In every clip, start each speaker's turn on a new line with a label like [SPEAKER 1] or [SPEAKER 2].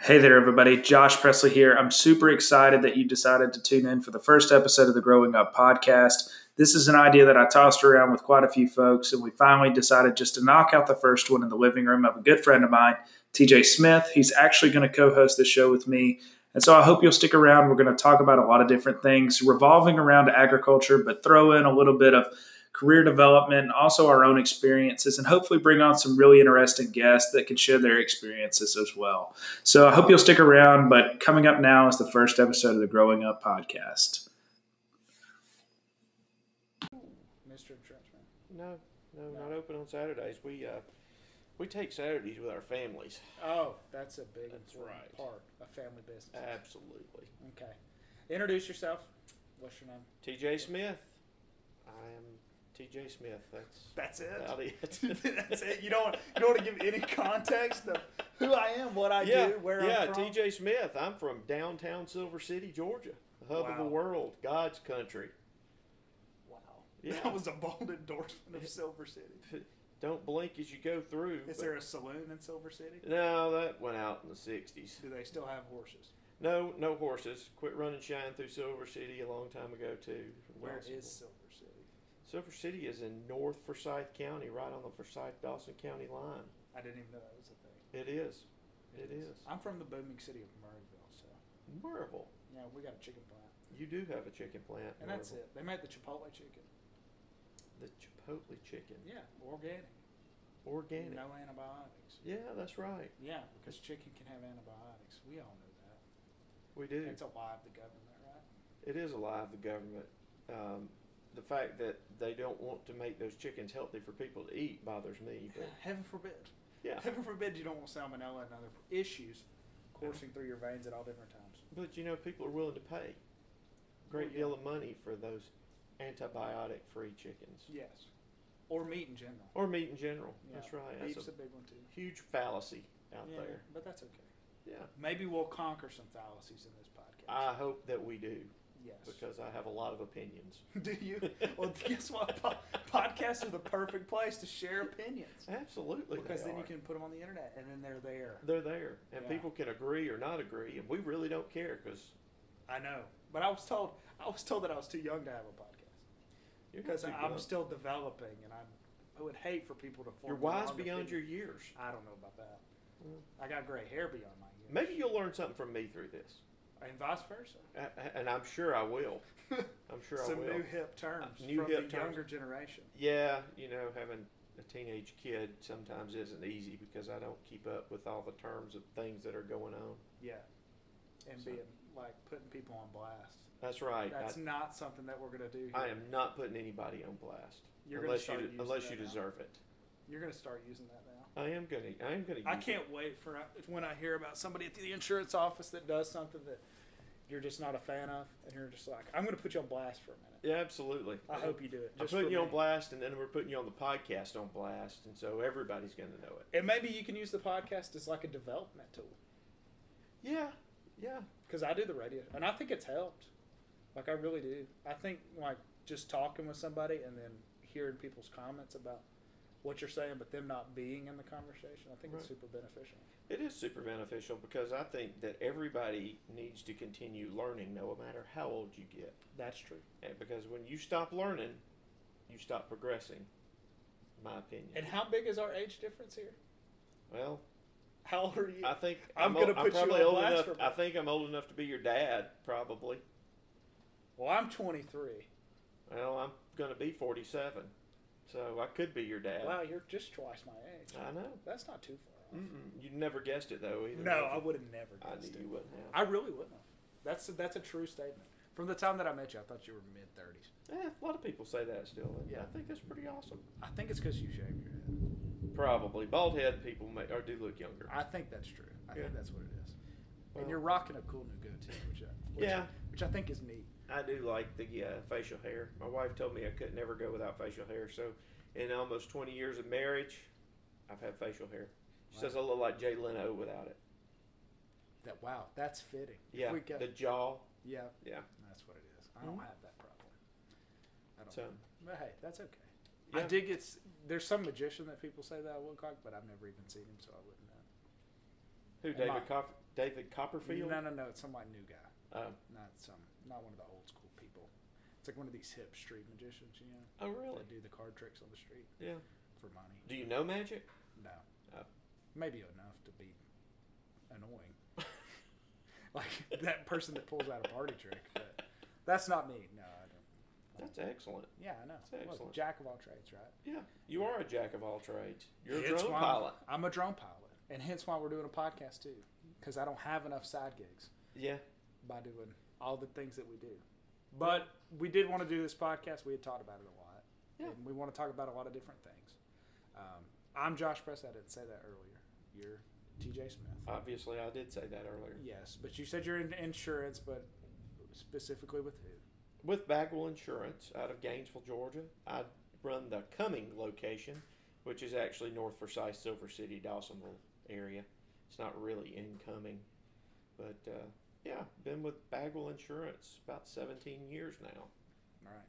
[SPEAKER 1] Hey there, everybody. Josh Presley here. I'm super excited that you decided to tune in for the first episode of the Growing Up podcast. This is an idea that I tossed around with quite a few folks, and we finally decided just to knock out the first one in the living room of a good friend of mine, TJ Smith. He's actually going to co host the show with me. And so I hope you'll stick around. We're going to talk about a lot of different things revolving around agriculture, but throw in a little bit of career development, and also our own experiences, and hopefully bring on some really interesting guests that can share their experiences as well. So I hope you'll stick around, but coming up now is the first episode of the Growing Up podcast.
[SPEAKER 2] Mr. Insurance Man.
[SPEAKER 3] No, no, not open on Saturdays. We uh, we take Saturdays with our families.
[SPEAKER 2] Oh, that's a big
[SPEAKER 3] That's
[SPEAKER 2] important
[SPEAKER 3] right.
[SPEAKER 2] part of family business.
[SPEAKER 3] Absolutely.
[SPEAKER 2] okay. Introduce yourself. What's your name?
[SPEAKER 3] T.J. Smith. I am T.J. Smith. That's
[SPEAKER 2] That's
[SPEAKER 3] about it.
[SPEAKER 2] That's it. You don't you don't want to give any context of who I am, what I
[SPEAKER 3] yeah,
[SPEAKER 2] do, where
[SPEAKER 3] yeah.
[SPEAKER 2] I'm from.
[SPEAKER 3] T.J. Smith. I'm from downtown Silver City, Georgia, the hub of the
[SPEAKER 2] Wow.
[SPEAKER 3] world, God's country.
[SPEAKER 2] Wow.
[SPEAKER 3] Yeah.
[SPEAKER 2] That was a bold endorsement of Silver City.
[SPEAKER 3] Don't blink as you go through. but-
[SPEAKER 2] Is there a saloon in Silver City?
[SPEAKER 3] No, that went out in the '60s.
[SPEAKER 2] Do they still have horses?
[SPEAKER 3] No, no horses. Quit running shine through Silver City a long time ago too.
[SPEAKER 2] Where is
[SPEAKER 3] Impossible.
[SPEAKER 2] Silver City?
[SPEAKER 3] Silver City is in North Forsyth County, right on the Forsyth Dawson County line.
[SPEAKER 2] I didn't even know that was a thing.
[SPEAKER 3] It is. It is.
[SPEAKER 2] I'm from the booming city of Murrayville, so
[SPEAKER 3] Marvel.
[SPEAKER 2] yeah, we got a chicken plant,
[SPEAKER 3] You do have a chicken plant.
[SPEAKER 2] and that's
[SPEAKER 3] Marvel.
[SPEAKER 2] it. They make the Chipotle chicken.
[SPEAKER 3] The Chipotle chicken.
[SPEAKER 2] Yeah, organic.
[SPEAKER 3] Organic.
[SPEAKER 2] No antibiotics.
[SPEAKER 3] Yeah, that's right.
[SPEAKER 2] Yeah, because chicken can have antibiotics. We all know that.
[SPEAKER 3] We do.
[SPEAKER 2] It's a lie of the government, right?
[SPEAKER 3] It is alive, the government. Um, the fact that they don't want to make those chickens healthy for people to eat bothers me. But
[SPEAKER 2] Heaven forbid.
[SPEAKER 3] yeah,
[SPEAKER 2] Heaven forbid you don't want salmonella and other issues coursing through your veins at all different times.
[SPEAKER 3] but you know, people are willing to pay a great
[SPEAKER 2] Well, yeah.
[SPEAKER 3] deal of money for those antibiotic-free chickens
[SPEAKER 2] Yes. Or meat in general.
[SPEAKER 3] or meat in general.
[SPEAKER 2] Yeah.
[SPEAKER 3] That's right. That's
[SPEAKER 2] Beef's a big one too.
[SPEAKER 3] a huge fallacy out
[SPEAKER 2] yeah,
[SPEAKER 3] there.
[SPEAKER 2] but that's okay.
[SPEAKER 3] Yeah.
[SPEAKER 2] Maybe we'll conquer some fallacies in this podcast.
[SPEAKER 3] I hope that we do
[SPEAKER 2] yes.
[SPEAKER 3] because I have a lot of opinions.
[SPEAKER 2] Do you? Well, guess what? Po- podcasts are the perfect place to share opinions
[SPEAKER 3] Absolutely.
[SPEAKER 2] because
[SPEAKER 3] they
[SPEAKER 2] then you
[SPEAKER 3] are.
[SPEAKER 2] can put them on the internet and then they're there.
[SPEAKER 3] They're there, and
[SPEAKER 2] Yeah.
[SPEAKER 3] people can agree or not agree, and we really don't care because
[SPEAKER 2] I know, but I was told I was told that I was too young to have a podcast
[SPEAKER 3] you're not
[SPEAKER 2] because
[SPEAKER 3] too
[SPEAKER 2] I'm
[SPEAKER 3] young.
[SPEAKER 2] still developing, and I, I would hate for people to. Form
[SPEAKER 3] you're
[SPEAKER 2] the
[SPEAKER 3] wise
[SPEAKER 2] wrong
[SPEAKER 3] beyond
[SPEAKER 2] opinion.
[SPEAKER 3] your years.
[SPEAKER 2] I don't know about that.
[SPEAKER 3] Mm.
[SPEAKER 2] I got gray hair beyond my years,
[SPEAKER 3] Maybe you'll learn something from me through this,
[SPEAKER 2] and vice versa.
[SPEAKER 3] A- a- and I'm sure I will. I'm sure I
[SPEAKER 2] Some
[SPEAKER 3] will.
[SPEAKER 2] new hip terms
[SPEAKER 3] new
[SPEAKER 2] from
[SPEAKER 3] hip
[SPEAKER 2] the
[SPEAKER 3] terms.
[SPEAKER 2] younger generation.
[SPEAKER 3] yeah, you know, having a teenage kid sometimes isn't easy because I don't keep up with all the terms of things that are going on.
[SPEAKER 2] Yeah, and
[SPEAKER 3] So-
[SPEAKER 2] being like putting people on blast.
[SPEAKER 3] That's right.
[SPEAKER 2] That's not something that we're gonna do. Here.
[SPEAKER 3] I, I am not putting anybody on blast
[SPEAKER 2] You're gonna
[SPEAKER 3] unless
[SPEAKER 2] start
[SPEAKER 3] you
[SPEAKER 2] using
[SPEAKER 3] unless
[SPEAKER 2] that
[SPEAKER 3] you
[SPEAKER 2] now.
[SPEAKER 3] deserve it.
[SPEAKER 2] You're gonna start using that now.
[SPEAKER 3] I am gonna. I am gonna.
[SPEAKER 2] I
[SPEAKER 3] use it.
[SPEAKER 2] can't wait for uh, when I hear about somebody at the insurance office that does something that you're just not a fan of, and you're just like, I'm gonna put you on blast for a minute.
[SPEAKER 3] Yeah, absolutely.
[SPEAKER 2] I hope you do it.
[SPEAKER 3] I'm
[SPEAKER 2] Just
[SPEAKER 3] putting
[SPEAKER 2] for
[SPEAKER 3] you on
[SPEAKER 2] me.
[SPEAKER 3] blast, and then we're putting you on the podcast on blast, and so everybody's going to know it.
[SPEAKER 2] And maybe you can use the podcast as like a development tool
[SPEAKER 3] Yeah, yeah.
[SPEAKER 2] because I do the radio, and I think it's helped. Like I really do. I think like just talking with somebody and then hearing people's comments about what you're saying, but them not being in the conversation, I think it's super beneficial.
[SPEAKER 3] It is super beneficial because I think that everybody needs to continue learning, no matter how old you get.
[SPEAKER 2] That's true.
[SPEAKER 3] And because when you stop learning, you stop progressing. in My opinion.
[SPEAKER 2] And how big is our age difference here?
[SPEAKER 3] well,
[SPEAKER 2] How old are you?
[SPEAKER 3] I think
[SPEAKER 2] I'm
[SPEAKER 3] ol-
[SPEAKER 2] gonna put you
[SPEAKER 3] probably
[SPEAKER 2] on
[SPEAKER 3] old
[SPEAKER 2] blast
[SPEAKER 3] enough.
[SPEAKER 2] for a
[SPEAKER 3] I think I'm old enough to be your dad, probably.
[SPEAKER 2] Well, I'm 23.
[SPEAKER 3] Well, I'm going to be 47, so I could be your dad.
[SPEAKER 2] Wow, you're just twice my age.
[SPEAKER 3] I know.
[SPEAKER 2] That's not too far. off.
[SPEAKER 3] Mm-mm. You never guessed it though. Either
[SPEAKER 2] No, I
[SPEAKER 3] would
[SPEAKER 2] would have never
[SPEAKER 3] I
[SPEAKER 2] guessed
[SPEAKER 3] knew
[SPEAKER 2] it.
[SPEAKER 3] you wouldn't have.
[SPEAKER 2] I really wouldn't have. That's a, that's a true statement. From the time that I met you, I thought you were mid 30s.
[SPEAKER 3] Eh, a lot of people say that still. and
[SPEAKER 2] Yeah.
[SPEAKER 3] I think that's pretty awesome.
[SPEAKER 2] I think it's because you shave your head.
[SPEAKER 3] Probably bald head people may or do look younger.
[SPEAKER 2] I think that's true. I
[SPEAKER 3] Yeah.
[SPEAKER 2] think that's what it is.
[SPEAKER 3] Well,
[SPEAKER 2] and you're rocking a cool new goatee, which I, which,
[SPEAKER 3] Yeah.
[SPEAKER 2] which I think is neat.
[SPEAKER 3] I do like the uh, facial hair. My wife told me I could never go without facial hair. So, in almost 20 years of marriage, I've had facial hair. She
[SPEAKER 2] Wow.
[SPEAKER 3] says I look like Jay Leno without it.
[SPEAKER 2] That wow, that's fitting. If
[SPEAKER 3] Yeah,
[SPEAKER 2] we go-
[SPEAKER 3] the jaw.
[SPEAKER 2] yeah,
[SPEAKER 3] Yeah.
[SPEAKER 2] that's what it is. I don't
[SPEAKER 3] Mhm.
[SPEAKER 2] have that problem. I don't.
[SPEAKER 3] So,
[SPEAKER 2] but hey, that's okay. I
[SPEAKER 3] Yeah.
[SPEAKER 2] dig it's. There's some magician that people say that I look like, but I've never even seen him, so I wouldn't know.
[SPEAKER 3] Who
[SPEAKER 2] Am
[SPEAKER 3] David
[SPEAKER 2] I-
[SPEAKER 3] Cop- David Copperfield?
[SPEAKER 2] No, no, no. It's some like new guy,
[SPEAKER 3] Um,
[SPEAKER 2] not some, not one of the old school people. It's like one of these hip street magicians, you know,
[SPEAKER 3] oh really?
[SPEAKER 2] that do the card tricks on the street
[SPEAKER 3] Yeah.
[SPEAKER 2] for money.
[SPEAKER 3] Do you know magic?
[SPEAKER 2] No,
[SPEAKER 3] Oh.
[SPEAKER 2] maybe enough to be annoying, like that person that pulls out a party trick. But that's not me. No, I don't.
[SPEAKER 3] That's excellent.
[SPEAKER 2] Yeah, I know.
[SPEAKER 3] That's excellent.
[SPEAKER 2] Look, jack of all trades, right?
[SPEAKER 3] Yeah. You are a jack of all trades. You're a
[SPEAKER 2] Hence
[SPEAKER 3] drone
[SPEAKER 2] why I'm-
[SPEAKER 3] pilot.
[SPEAKER 2] I'm a drone pilot, and hence why we're doing a podcast too, because I don't have enough side gigs
[SPEAKER 3] Yeah.
[SPEAKER 2] by doing all the things that we do. But we did want to do this podcast. We had talked about it a lot,
[SPEAKER 3] Yeah.
[SPEAKER 2] and we want to talk about a lot of different things. Um, I'm Josh Press. I didn't say that earlier. You're TJ Smith.
[SPEAKER 3] Obviously, I did say that earlier.
[SPEAKER 2] Yes, but you said you're in insurance, but specifically with who?
[SPEAKER 3] With Bagwell Insurance out of Gainesville, Georgia, I run the Cumming location, which is actually north Forsyth, Silver City, Dawsonville area. It's not really incoming, but uh, yeah, been with Bagwell Insurance about 17 years now.
[SPEAKER 2] All right.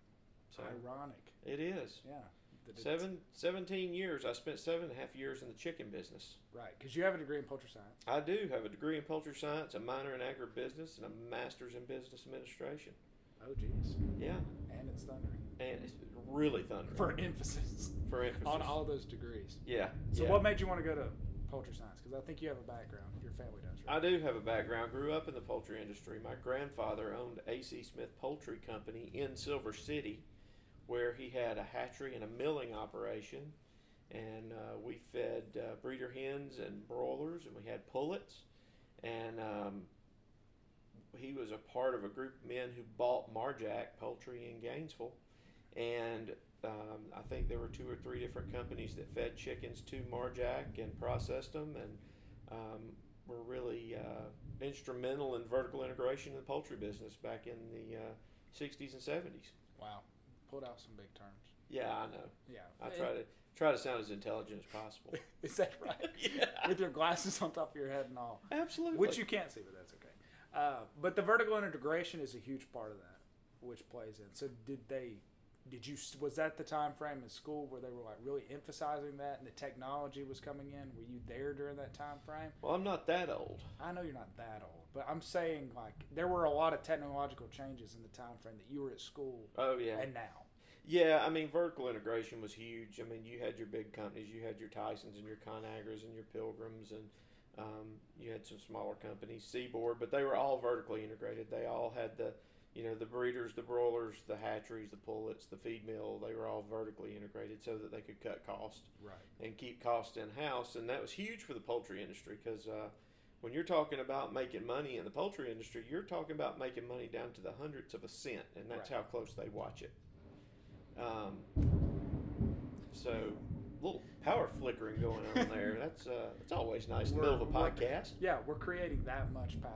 [SPEAKER 3] So
[SPEAKER 2] Ironic.
[SPEAKER 3] it is
[SPEAKER 2] Yeah. That it's-
[SPEAKER 3] seven 17 years. I spent seven and a half years in the chicken business.
[SPEAKER 2] Right, because you have a degree in poultry science.
[SPEAKER 3] I do have a degree in poultry science, a minor in agribusiness, and a master's in business administration.
[SPEAKER 2] Oh, jeez.
[SPEAKER 3] Yeah,
[SPEAKER 2] And it's thundering.
[SPEAKER 3] and it's really thundering
[SPEAKER 2] For emphasis.
[SPEAKER 3] for emphasis.
[SPEAKER 2] on all those degrees.
[SPEAKER 3] Yeah.
[SPEAKER 2] So
[SPEAKER 3] yeah.
[SPEAKER 2] what made you want to go to poultry science? Because I think you have a background. Your family does, right?
[SPEAKER 3] I do have a background. Grew up in the poultry industry. My grandfather owned AC Smith Poultry Company in Silver City, where he had a hatchery and a milling operation, and uh, we fed uh, breeder hens and broilers, and we had pullets, and um, he was a part of a group of men who bought Marjack Poultry in Gainesville, and. Um, I think there were two or three different companies that fed chickens to Marjack and processed them, and um, were really uh, instrumental in vertical integration in the poultry business back in the uh, 60s and 70s.
[SPEAKER 2] wow, pulled out some big terms.
[SPEAKER 3] Yeah, I know.
[SPEAKER 2] Yeah,
[SPEAKER 3] I try to try to sound as intelligent as possible.
[SPEAKER 2] Is that right?
[SPEAKER 3] yeah,
[SPEAKER 2] With your glasses on top of your head and all,
[SPEAKER 3] absolutely.
[SPEAKER 2] which you can't see, but that's okay. Uh, but the vertical integration is a huge part of that, which plays in. So did they? Did you? Was that the time frame in school where they were like really emphasizing that, and the technology was coming in? Were you there during that time frame?
[SPEAKER 3] well, I'm not that old.
[SPEAKER 2] I know you're not that old, but I'm saying like there were a lot of technological changes in the time frame that you were at school
[SPEAKER 3] Oh yeah,
[SPEAKER 2] and now.
[SPEAKER 3] yeah. I mean, vertical integration was huge. I mean, you had your big companies, you had your Tysons and your Conagras and your Pilgrims, and um, you had some smaller companies, Seaboard, but they were all vertically integrated. They all had the you know, the breeders, the broilers, the hatcheries, the pullets, the feed mill, they were all vertically integrated so that they could cut cost
[SPEAKER 2] Right.
[SPEAKER 3] and keep cost in house. And that was huge for the poultry industry because uh, when you're talking about making money in the poultry industry, you're talking about making money down to the hundredths of a cent, and that's
[SPEAKER 2] Right.
[SPEAKER 3] how close they watch it. Um, so, little power flickering going on there. That's uh, that's always nice in the middle of a
[SPEAKER 2] We're- we're-
[SPEAKER 3] podcast.
[SPEAKER 2] Yeah, we're creating that much power.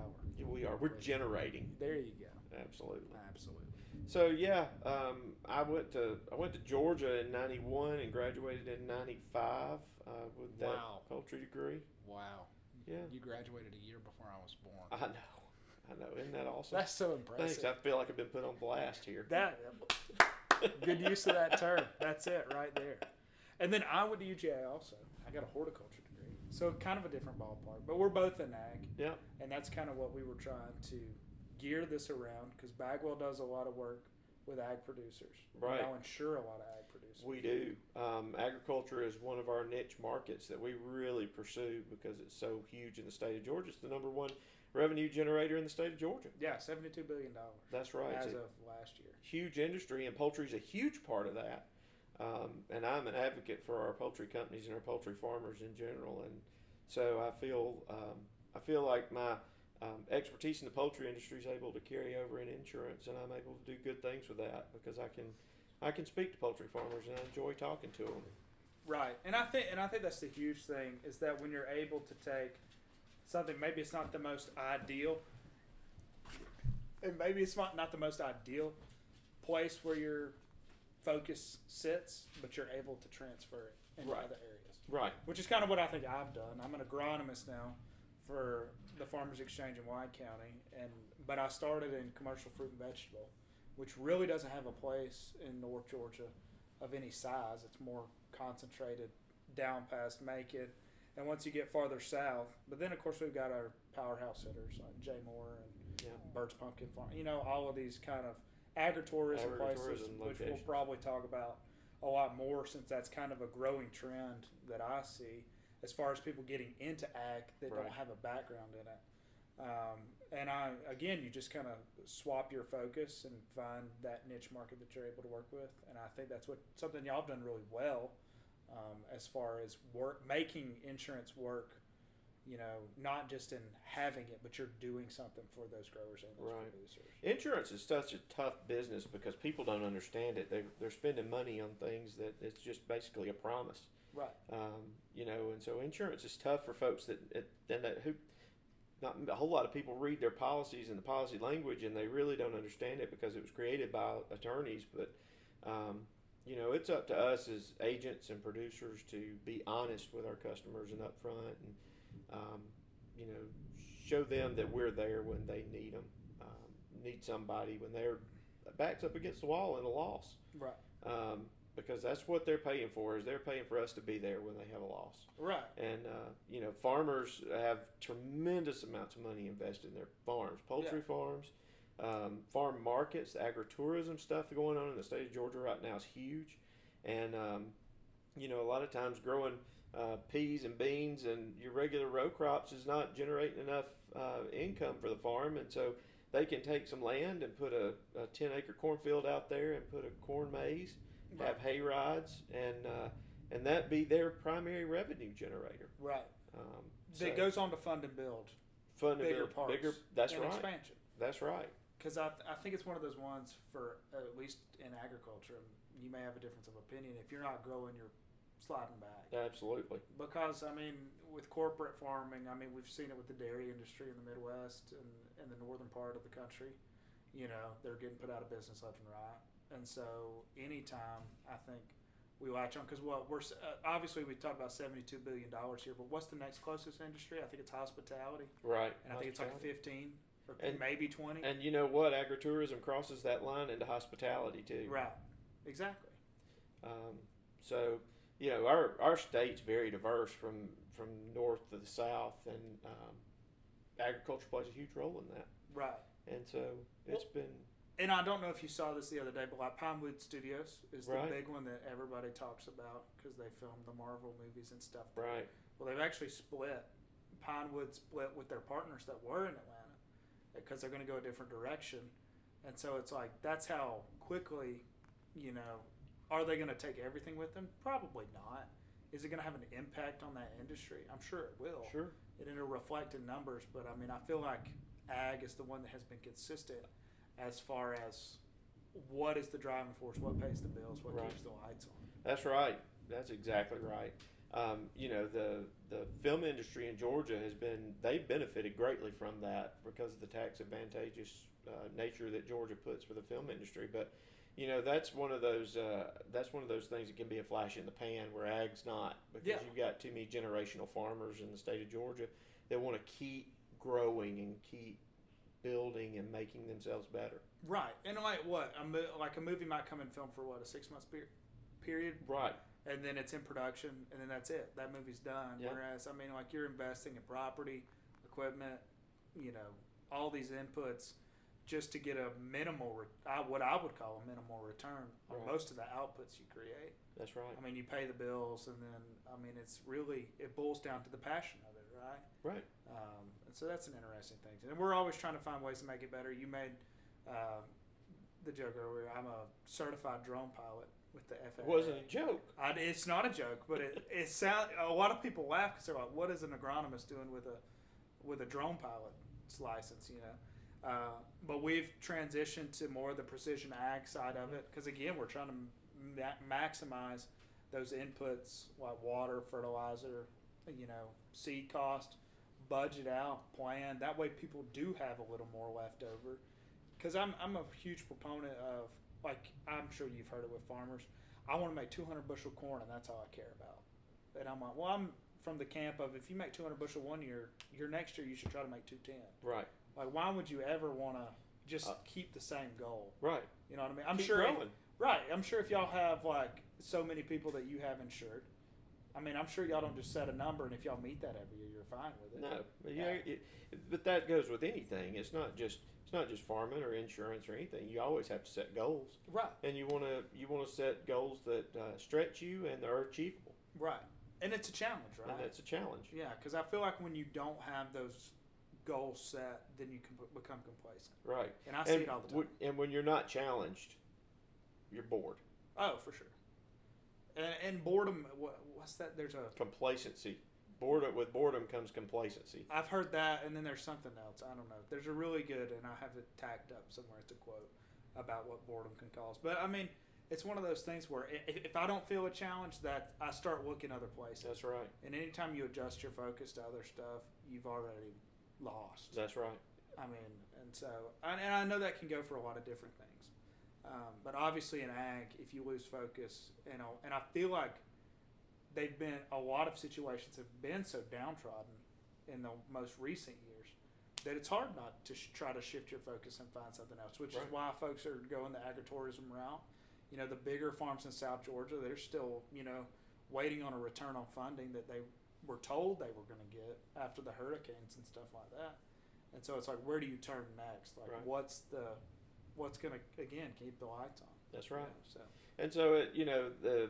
[SPEAKER 3] We are we're generating
[SPEAKER 2] There you go.
[SPEAKER 3] absolutely.
[SPEAKER 2] Absolutely.
[SPEAKER 3] So yeah, um, I went to I went to Georgia in '91 and graduated in '95 uh, with that
[SPEAKER 2] Wow.
[SPEAKER 3] poultry degree.
[SPEAKER 2] Wow.
[SPEAKER 3] Yeah,
[SPEAKER 2] You graduated a year before I was born.
[SPEAKER 3] I know, I know. Isn't that awesome?
[SPEAKER 2] That's so impressive.
[SPEAKER 3] Thanks. I feel like I've been put on blast here.
[SPEAKER 2] That good use of that term. That's it right there. And then I went to UGA also. I got a horticulture degree. So kind of a different ballpark, but we're both in ag.
[SPEAKER 3] Yep.
[SPEAKER 2] And that's kind of what we were trying to gear this around because Bagwell does a lot of work with ag producers.
[SPEAKER 3] Right.
[SPEAKER 2] I'll insure a lot of ag producers.
[SPEAKER 3] We do. Um, agriculture is one of our niche markets that we really pursue because it's so huge in the state of Georgia. It's the number one revenue generator in the state of Georgia.
[SPEAKER 2] Yeah, seventy-two billion dollars
[SPEAKER 3] That's right.
[SPEAKER 2] as
[SPEAKER 3] It's a
[SPEAKER 2] of last year.
[SPEAKER 3] huge industry, and poultry is a huge part of that. Um, and I'm an advocate for our poultry companies and our poultry farmers in general. And so I feel um, I feel like my um, expertise in the poultry industry is able to carry over in insurance, and I'm able to do good things with that because I can I can speak to poultry farmers and I enjoy talking to them.
[SPEAKER 2] Right, and I think and I think that's the huge thing is that when you're able to take something, maybe it's not the most ideal, and maybe it's not not the most ideal place where your focus sits, but you're able to transfer it into
[SPEAKER 3] Right.
[SPEAKER 2] other areas.
[SPEAKER 3] Right.
[SPEAKER 2] which is kind of what I think I've done. I'm an agronomist now for the Farmers Exchange in Wine County, and but I started in commercial fruit and vegetable, which really doesn't have a place in North Georgia of any size. It's more concentrated down past Macon And once you get farther south, but then of course we've got our powerhouse hitters like Jay Moore and
[SPEAKER 3] Yeah.
[SPEAKER 2] Bird's Pumpkin Farm. You know, all of these kind of agritourism, places,
[SPEAKER 3] Agritourism
[SPEAKER 2] which we'll
[SPEAKER 3] locations.
[SPEAKER 2] probably talk about a lot more since that's kind of a growing trend that I see as far as people getting into ag that
[SPEAKER 3] Right.
[SPEAKER 2] don't have a background in it. Um, and I, again, you just kind of swap your focus and find that niche market that you're able to work with. And I think that's what something y'all have done really well um, as far as work making insurance work. You know, not just in having it, but you're doing something for those growers and those
[SPEAKER 3] Right.
[SPEAKER 2] producers.
[SPEAKER 3] Insurance is such a tough business because people don't understand it. They, they're spending money on things that it's just basically a promise.
[SPEAKER 2] Right.
[SPEAKER 3] Um, you know, and so insurance is tough for folks that, that, and that who, not a whole lot of people read their policies and the policy language and they really don't understand it because it was created by attorneys. But, um, you know, it's up to us as agents and producers to be honest with our customers and upfront and, um, you know, show them that we're there when they need them, um, need somebody when their back's up against the wall and a loss
[SPEAKER 2] Right.
[SPEAKER 3] um, because that's what they're paying for is they're paying for us to be there when they have a loss
[SPEAKER 2] Right.
[SPEAKER 3] and uh, you know farmers have tremendous amounts of money invested in their farms poultry farms um, farm markets the agritourism stuff going on in the state of georgia right now is huge and um, you know a lot of times growing uh, peas and beans and your regular row crops is not generating enough uh, income for the farm and so they can take some land and put a, a 10 acre cornfield out there and put a corn maze have hay rides and uh, and that be their primary revenue generator.
[SPEAKER 2] Right.
[SPEAKER 3] Um,
[SPEAKER 2] That
[SPEAKER 3] so
[SPEAKER 2] goes on to fund and build
[SPEAKER 3] fun to
[SPEAKER 2] bigger
[SPEAKER 3] build
[SPEAKER 2] parks.
[SPEAKER 3] Bigger, that's
[SPEAKER 2] and
[SPEAKER 3] right.
[SPEAKER 2] Expansion.
[SPEAKER 3] That's right.
[SPEAKER 2] because I, I think it's one of those ones for at least in agriculture and you may have a difference of opinion if you're not growing you're sliding back
[SPEAKER 3] Absolutely.
[SPEAKER 2] because i mean with corporate farming i mean we've seen it with the dairy industry in the midwest and in the northern part of the country you know they're getting put out of business left and right and so anytime i think we latch on because well we're s- uh, obviously we talked about 72 billion dollars here but what's the next closest industry i think it's hospitality
[SPEAKER 3] Right.
[SPEAKER 2] and i think it's like 15 or
[SPEAKER 3] And-
[SPEAKER 2] maybe 20
[SPEAKER 3] and you know what? Agritourism crosses that line into hospitality too.
[SPEAKER 2] Right. Exactly.
[SPEAKER 3] Um, so, you know, our, our state's very diverse from, from north to the south, and um, agriculture plays a huge role in that.
[SPEAKER 2] Right.
[SPEAKER 3] And so it's been
[SPEAKER 2] And I don't know if you saw this the other day, but like Pinewood Studios is the
[SPEAKER 3] Right.
[SPEAKER 2] big one that everybody talks about because they film the Marvel movies and stuff.
[SPEAKER 3] right.
[SPEAKER 2] Well, they've actually split. Pinewood split with their partners that were in Atlanta because they're going to go a different direction. And so it's like, that's how quickly, you know, are they going to take everything with them? Probably not. Is it going to have an impact on that industry? I'm sure it will.
[SPEAKER 3] Sure.
[SPEAKER 2] and it'll reflect in numbers. But I mean, I feel like ag is the one that has been consistent as far as what is the driving force, what pays the bills, what
[SPEAKER 3] Right.
[SPEAKER 2] keeps the lights on.
[SPEAKER 3] That's right. That's exactly right. Um, you know, the the film industry in Georgia has been they've benefited greatly from that because of the tax advantageous uh, nature that Georgia puts for the film industry. But you know, that's one of those uh, that's one of those things that can be a flash in the pan where ag's not because
[SPEAKER 2] Yeah.
[SPEAKER 3] you've got too many generational farmers in the state of Georgia that want to keep growing and keep building and making themselves better.
[SPEAKER 2] Right, and like what a mo- like a movie might come in film for what a six months per- period,
[SPEAKER 3] Right.
[SPEAKER 2] and then it's in production, and then that's it. That movie's done.
[SPEAKER 3] Yeah.
[SPEAKER 2] Whereas I mean, like you're investing in property, equipment, you know, all these inputs just to get a minimal, re- I, what I would call a minimal return on
[SPEAKER 3] Right.
[SPEAKER 2] most of the outputs you create.
[SPEAKER 3] That's right.
[SPEAKER 2] I mean, you pay the bills, and then I mean, it's really it boils down to the passion of it, right?
[SPEAKER 3] Right.
[SPEAKER 2] Um, and so that's an interesting thing. And we're always trying to find ways to make it better. You made um the joke earlier. I'm a certified drone pilot with the FAA.
[SPEAKER 3] It wasn't a joke.
[SPEAKER 2] I, it's not a joke, but it it sound, a lot of people laugh because they're like, "What is an agronomist doing with a with a drone pilot's license?" You know. Uh, but we've transitioned to more of the precision ag side of it because again, we're trying to ma- maximize those inputs like water, fertilizer, you know, seed cost, budget out, plan. That way, people do have a little more left over. Because I'm I'm a huge proponent of like I'm sure you've heard it with farmers. I want to make 200 bushel corn, and that's all I care about. And I'm like, well, I'm from the camp of if you make 200 bushel one year, your next year you should try to make 210.
[SPEAKER 3] Right.
[SPEAKER 2] Like, why would you ever want to just
[SPEAKER 3] Uh,
[SPEAKER 2] keep the same goal?
[SPEAKER 3] Right.
[SPEAKER 2] You know what I mean? I'm
[SPEAKER 3] Keep
[SPEAKER 2] sure. if-
[SPEAKER 3] growing.
[SPEAKER 2] right. I'm sure if y'all have like so many people that you have insured, I mean, I'm sure y'all don't just set a number, and if y'all meet that every year, you're fine with it.
[SPEAKER 3] No, but yeah, it, but that goes with anything. It's not just it's not just farming or insurance or anything. You always have to set goals,
[SPEAKER 2] Right,
[SPEAKER 3] and you want to you want to set goals that uh, stretch you and are achievable.
[SPEAKER 2] right. And it's a challenge,
[SPEAKER 3] And
[SPEAKER 2] right?
[SPEAKER 3] that's a challenge.
[SPEAKER 2] Yeah, because I feel like when you don't have those goals set, then you can become complacent.
[SPEAKER 3] Right.
[SPEAKER 2] And I see
[SPEAKER 3] and,
[SPEAKER 2] it all the time.
[SPEAKER 3] w- and when you're not challenged, you're bored.
[SPEAKER 2] Oh, for sure. And, and boredom. What, what's that? There's a.
[SPEAKER 3] Complacency. Boredom with boredom comes complacency.
[SPEAKER 2] I've heard that, and then there's something else. I don't know. There's a really good, and I have it tacked up somewhere. It's a quote about what boredom can cause. But I mean, it's one of those things where i- if, if I don't feel a challenge, that I start looking other places.
[SPEAKER 3] That's right.
[SPEAKER 2] And anytime you adjust your focus to other stuff, you've already lost.
[SPEAKER 3] That's right.
[SPEAKER 2] I mean, and so, and, and I know that can go for a lot of different things. Um, but obviously, in ag, if you lose focus, you know, and I feel like they've been, a lot of situations have been so downtrodden in the most recent years that it's hard not to sh- try to shift your focus and find something else, which
[SPEAKER 3] Right.
[SPEAKER 2] is why folks are going the agritourism route. You know, the bigger farms in South Georgia, they're still, you know, waiting on a return on funding that they were told they were going to get after the hurricanes and stuff like that. And so it's like, where do you turn next? Like,
[SPEAKER 3] Right.
[SPEAKER 2] what's the, what's going to again keep the lights on?
[SPEAKER 3] That's
[SPEAKER 2] you
[SPEAKER 3] right.
[SPEAKER 2] know, so
[SPEAKER 3] And so, it, you know, the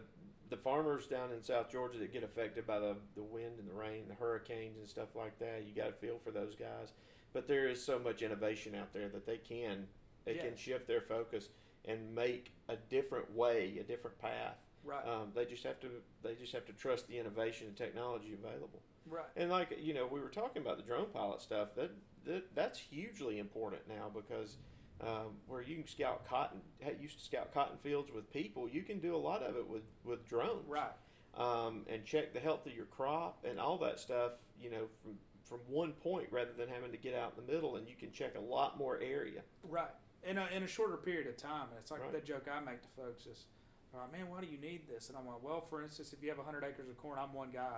[SPEAKER 3] the farmers down in South Georgia that get affected by the, the wind and the rain, the hurricanes and stuff like that, you got to feel for those guys. But there is so much innovation out there that they can they
[SPEAKER 2] Yeah.
[SPEAKER 3] can shift their focus and make a different way, a different path.
[SPEAKER 2] right,
[SPEAKER 3] Um, they just have to they just have to trust the innovation and technology available.
[SPEAKER 2] right,
[SPEAKER 3] And like you know, we were talking about the drone pilot stuff. That, that that's hugely important now because um, where you can scout cotton, hey, used to scout cotton fields with people, you can do a lot of it with with drones,
[SPEAKER 2] right,
[SPEAKER 3] Um, and check the health of your crop and all that stuff. You know, from from one point rather than having to get out in the middle, and you can check a lot more area.
[SPEAKER 2] right. In a in a shorter period of time, and it's like
[SPEAKER 3] Right.
[SPEAKER 2] the joke I make to folks is, all right, man, why do you need this? And I'm like, well, for instance, if you have 100 acres of corn, I'm one guy.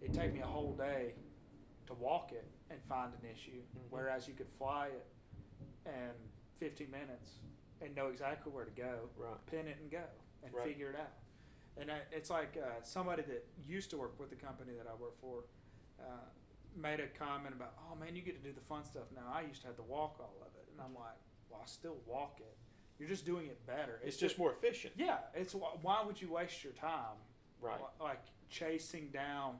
[SPEAKER 2] It'd take me a whole day to walk it and find an issue,
[SPEAKER 3] Mhm.
[SPEAKER 2] whereas you could fly it in 15 minutes and know exactly where to go.
[SPEAKER 3] Right.
[SPEAKER 2] pin it and go and
[SPEAKER 3] Right.
[SPEAKER 2] figure it out. And I, it's like uh, somebody that used to work with the company that I work for uh, made a comment about, oh man, you get to do the fun stuff now. I used to have to walk all of it. And I'm like, well, I still walk it. You're just doing it better.
[SPEAKER 3] It's just more efficient,
[SPEAKER 2] yeah, it's wh- why would you waste your time
[SPEAKER 3] right?
[SPEAKER 2] li- like chasing down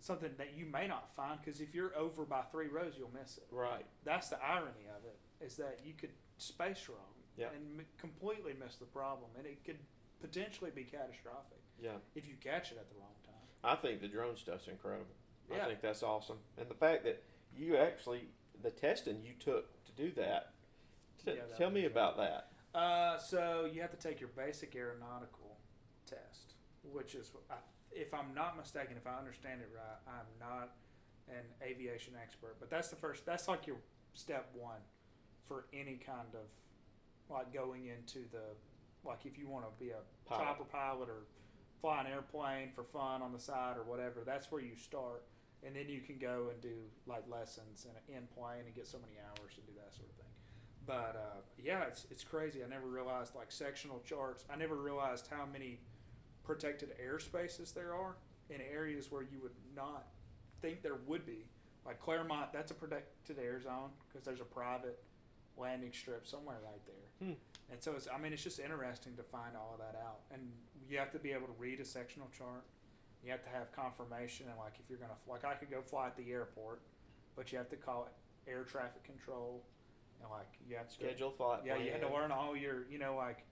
[SPEAKER 2] something that you may not find because if you're over by three rows, you'll miss it
[SPEAKER 3] Right.
[SPEAKER 2] that's the irony of it is that you could space wrong
[SPEAKER 3] Yeah.
[SPEAKER 2] and m- completely miss the problem and it could potentially be catastrophic
[SPEAKER 3] Yeah.
[SPEAKER 2] if you catch it at the wrong time
[SPEAKER 3] I think the drone stuff's incredible. I
[SPEAKER 2] Yeah.
[SPEAKER 3] think that's awesome. And the fact that you actually, the testing you took to do that, t-
[SPEAKER 2] Yeah, that
[SPEAKER 3] tell
[SPEAKER 2] was
[SPEAKER 3] me
[SPEAKER 2] incredible.
[SPEAKER 3] about that.
[SPEAKER 2] uh, so you have to take your basic aeronautical test which is I- if i'm not mistaken if i understand it right i'm not an aviation expert but that's the first that's like your step one for any kind of like going into the like if you want to be a
[SPEAKER 3] Pilot.
[SPEAKER 2] chopper pilot or fly an airplane for fun on the side or whatever that's where you start and then you can go and do like lessons and in plane and get so many hours and do that sort of thing but uh, yeah it's, it's crazy i never realized like sectional charts i never realized how many protected airspaces there are in areas where you would not think there would be like Claremont, that's a protected air zone because there's a private landing strip somewhere right there.
[SPEAKER 3] Hmm.
[SPEAKER 2] And so it's, I mean, it's just interesting to find all of that out. And you have to be able to read a sectional chart. You have to have confirmation. And like, if you're going to, like, I could go fly at the airport, but you have to call it air traffic control. And like, you have to
[SPEAKER 3] Schedule flight.
[SPEAKER 2] Yeah, you had to
[SPEAKER 3] plan.
[SPEAKER 2] learn all your, you know, like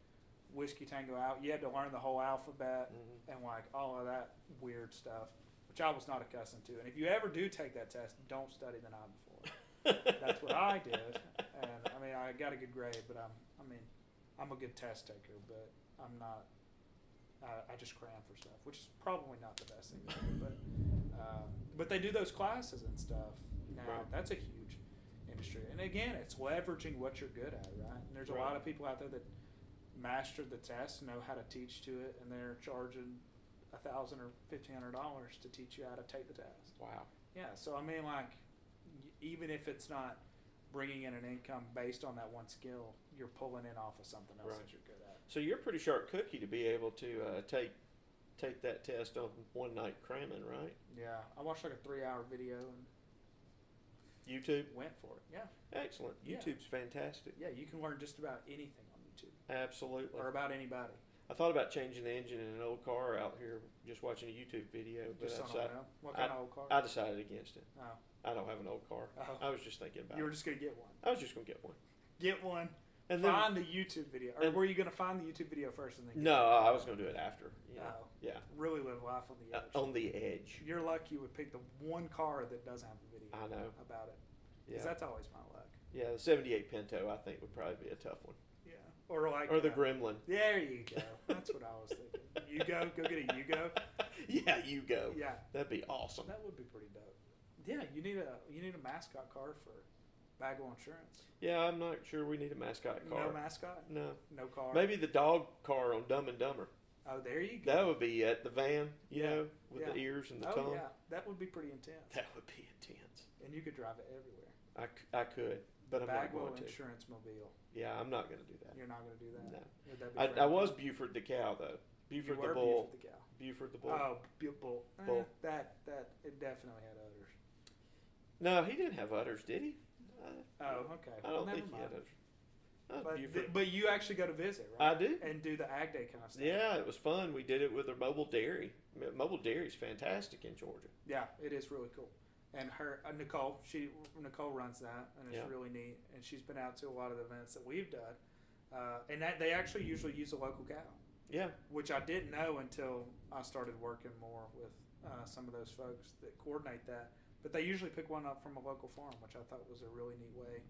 [SPEAKER 2] whiskey tango out. You had to learn the whole alphabet
[SPEAKER 3] Mhm.
[SPEAKER 2] and like all of that weird stuff, which I was not accustomed to. And if you ever do take that test, don't study the night before.
[SPEAKER 3] Mm-hmm.
[SPEAKER 2] That's what I did, and I mean I got a good grade, but I'm I mean I'm a good test taker, but I'm not. I, I just cram for stuff, which is probably not the best thing. To do, but uh, but they do those classes and stuff now.
[SPEAKER 3] Right.
[SPEAKER 2] That's a huge industry, and again, it's leveraging what you're good at, right? And there's a
[SPEAKER 3] Right.
[SPEAKER 2] lot of people out there that master the test, know how to teach to it, and they're charging a thousand or fifteen hundred dollars to teach you how to take the test.
[SPEAKER 3] Wow.
[SPEAKER 2] Yeah, so I mean, like, y- even if it's not bringing in an income based on that one skill, you're pulling in off of something else
[SPEAKER 3] Right.
[SPEAKER 2] that you're good at.
[SPEAKER 3] So you're a pretty sharp cookie to be able to uh, take take that test on one night cramming, right?
[SPEAKER 2] Yeah, I watched like a three-hour video and
[SPEAKER 3] YouTube,
[SPEAKER 2] went for it. Yeah,
[SPEAKER 3] excellent.
[SPEAKER 2] Yeah.
[SPEAKER 3] YouTube's fantastic.
[SPEAKER 2] yeah, you can learn just about anything on YouTube
[SPEAKER 3] Absolutely.
[SPEAKER 2] or about anybody.
[SPEAKER 3] I thought about changing the engine in an old car out here, just watching a YouTube video, but
[SPEAKER 2] Just
[SPEAKER 3] I,
[SPEAKER 2] on a
[SPEAKER 3] decided,
[SPEAKER 2] whim. What kind of old car?
[SPEAKER 3] I decided against it.
[SPEAKER 2] Oh.
[SPEAKER 3] I don't have an old car.
[SPEAKER 2] Oh.
[SPEAKER 3] I was just thinking about
[SPEAKER 2] you were
[SPEAKER 3] it.
[SPEAKER 2] just gonna get one.
[SPEAKER 3] I was just gonna get one.
[SPEAKER 2] Get one.
[SPEAKER 3] And then
[SPEAKER 2] find the YouTube video, or
[SPEAKER 3] and-
[SPEAKER 2] were you gonna find the YouTube video first and then?
[SPEAKER 3] no, I was gonna do it after. You
[SPEAKER 2] Get,
[SPEAKER 3] know.
[SPEAKER 2] Oh,
[SPEAKER 3] Yeah.
[SPEAKER 2] really live life on the edge.
[SPEAKER 3] Uh, on the edge.
[SPEAKER 2] You're lucky you would pick the one car that does have a video
[SPEAKER 3] I know.
[SPEAKER 2] about it,
[SPEAKER 3] Yeah.
[SPEAKER 2] because that's always my luck.
[SPEAKER 3] yeah. The '78 Pinto, I think, would probably be a tough one.
[SPEAKER 2] Yeah. Or like.
[SPEAKER 3] or the
[SPEAKER 2] uh,
[SPEAKER 3] Gremlin.
[SPEAKER 2] There you go. That's what I was thinking. You go, go get a you go.
[SPEAKER 3] yeah, you go.
[SPEAKER 2] Yeah,
[SPEAKER 3] That'd be awesome.
[SPEAKER 2] that would be pretty dope. Yeah, you need a you need a mascot car for Bagwell Insurance.
[SPEAKER 3] Yeah, I'm not sure we need a mascot car.
[SPEAKER 2] No mascot,
[SPEAKER 3] No,
[SPEAKER 2] no car.
[SPEAKER 3] maybe the dog car on Dumb and Dumber.
[SPEAKER 2] Oh, there you go.
[SPEAKER 3] That would be at the van, you
[SPEAKER 2] Yeah.
[SPEAKER 3] know, with the
[SPEAKER 2] Yeah.
[SPEAKER 3] ears and the
[SPEAKER 2] oh
[SPEAKER 3] tongue.
[SPEAKER 2] yeah, that would be pretty intense,
[SPEAKER 3] That would be intense.
[SPEAKER 2] and you could drive it everywhere.
[SPEAKER 3] I, c- I could, but I'm
[SPEAKER 2] Bagwell
[SPEAKER 3] not going to.
[SPEAKER 2] Insurance Mobile.
[SPEAKER 3] Yeah, I'm not going to do that.
[SPEAKER 2] You're not going to do that.
[SPEAKER 3] No,
[SPEAKER 2] Would that
[SPEAKER 3] I,
[SPEAKER 2] fair?
[SPEAKER 3] I was Buford the cow though.
[SPEAKER 2] You
[SPEAKER 3] Buford
[SPEAKER 2] were
[SPEAKER 3] the bull.
[SPEAKER 2] Buford the cow.
[SPEAKER 3] Buford the bull.
[SPEAKER 2] Oh, bu- bull. Eh,
[SPEAKER 3] Bull.
[SPEAKER 2] that that it definitely had others.
[SPEAKER 3] no, he didn't have udders, did he? I,
[SPEAKER 2] Oh, okay.
[SPEAKER 3] I don't
[SPEAKER 2] Never
[SPEAKER 3] think he
[SPEAKER 2] mind.
[SPEAKER 3] had udders. Uh,
[SPEAKER 2] But,
[SPEAKER 3] Buford.
[SPEAKER 2] th- but you actually go to visit,
[SPEAKER 3] I
[SPEAKER 2] right?
[SPEAKER 3] do.
[SPEAKER 2] and do the ag day kind of stuff.
[SPEAKER 3] Yeah, it was fun. We did it with our mobile dairy. M- Mobile dairy's fantastic in Georgia.
[SPEAKER 2] Yeah, it is really cool. And her uh, Nicole, she Nicole runs that, and it's
[SPEAKER 3] Yeah.
[SPEAKER 2] really neat. And she's been out to a lot of the events that we've done, uh, and that they actually usually use a local cow,
[SPEAKER 3] Yeah,
[SPEAKER 2] which I didn't know until I started working more with uh, some of those folks that coordinate that. But they usually pick one up from a local farm, which I thought was a really neat way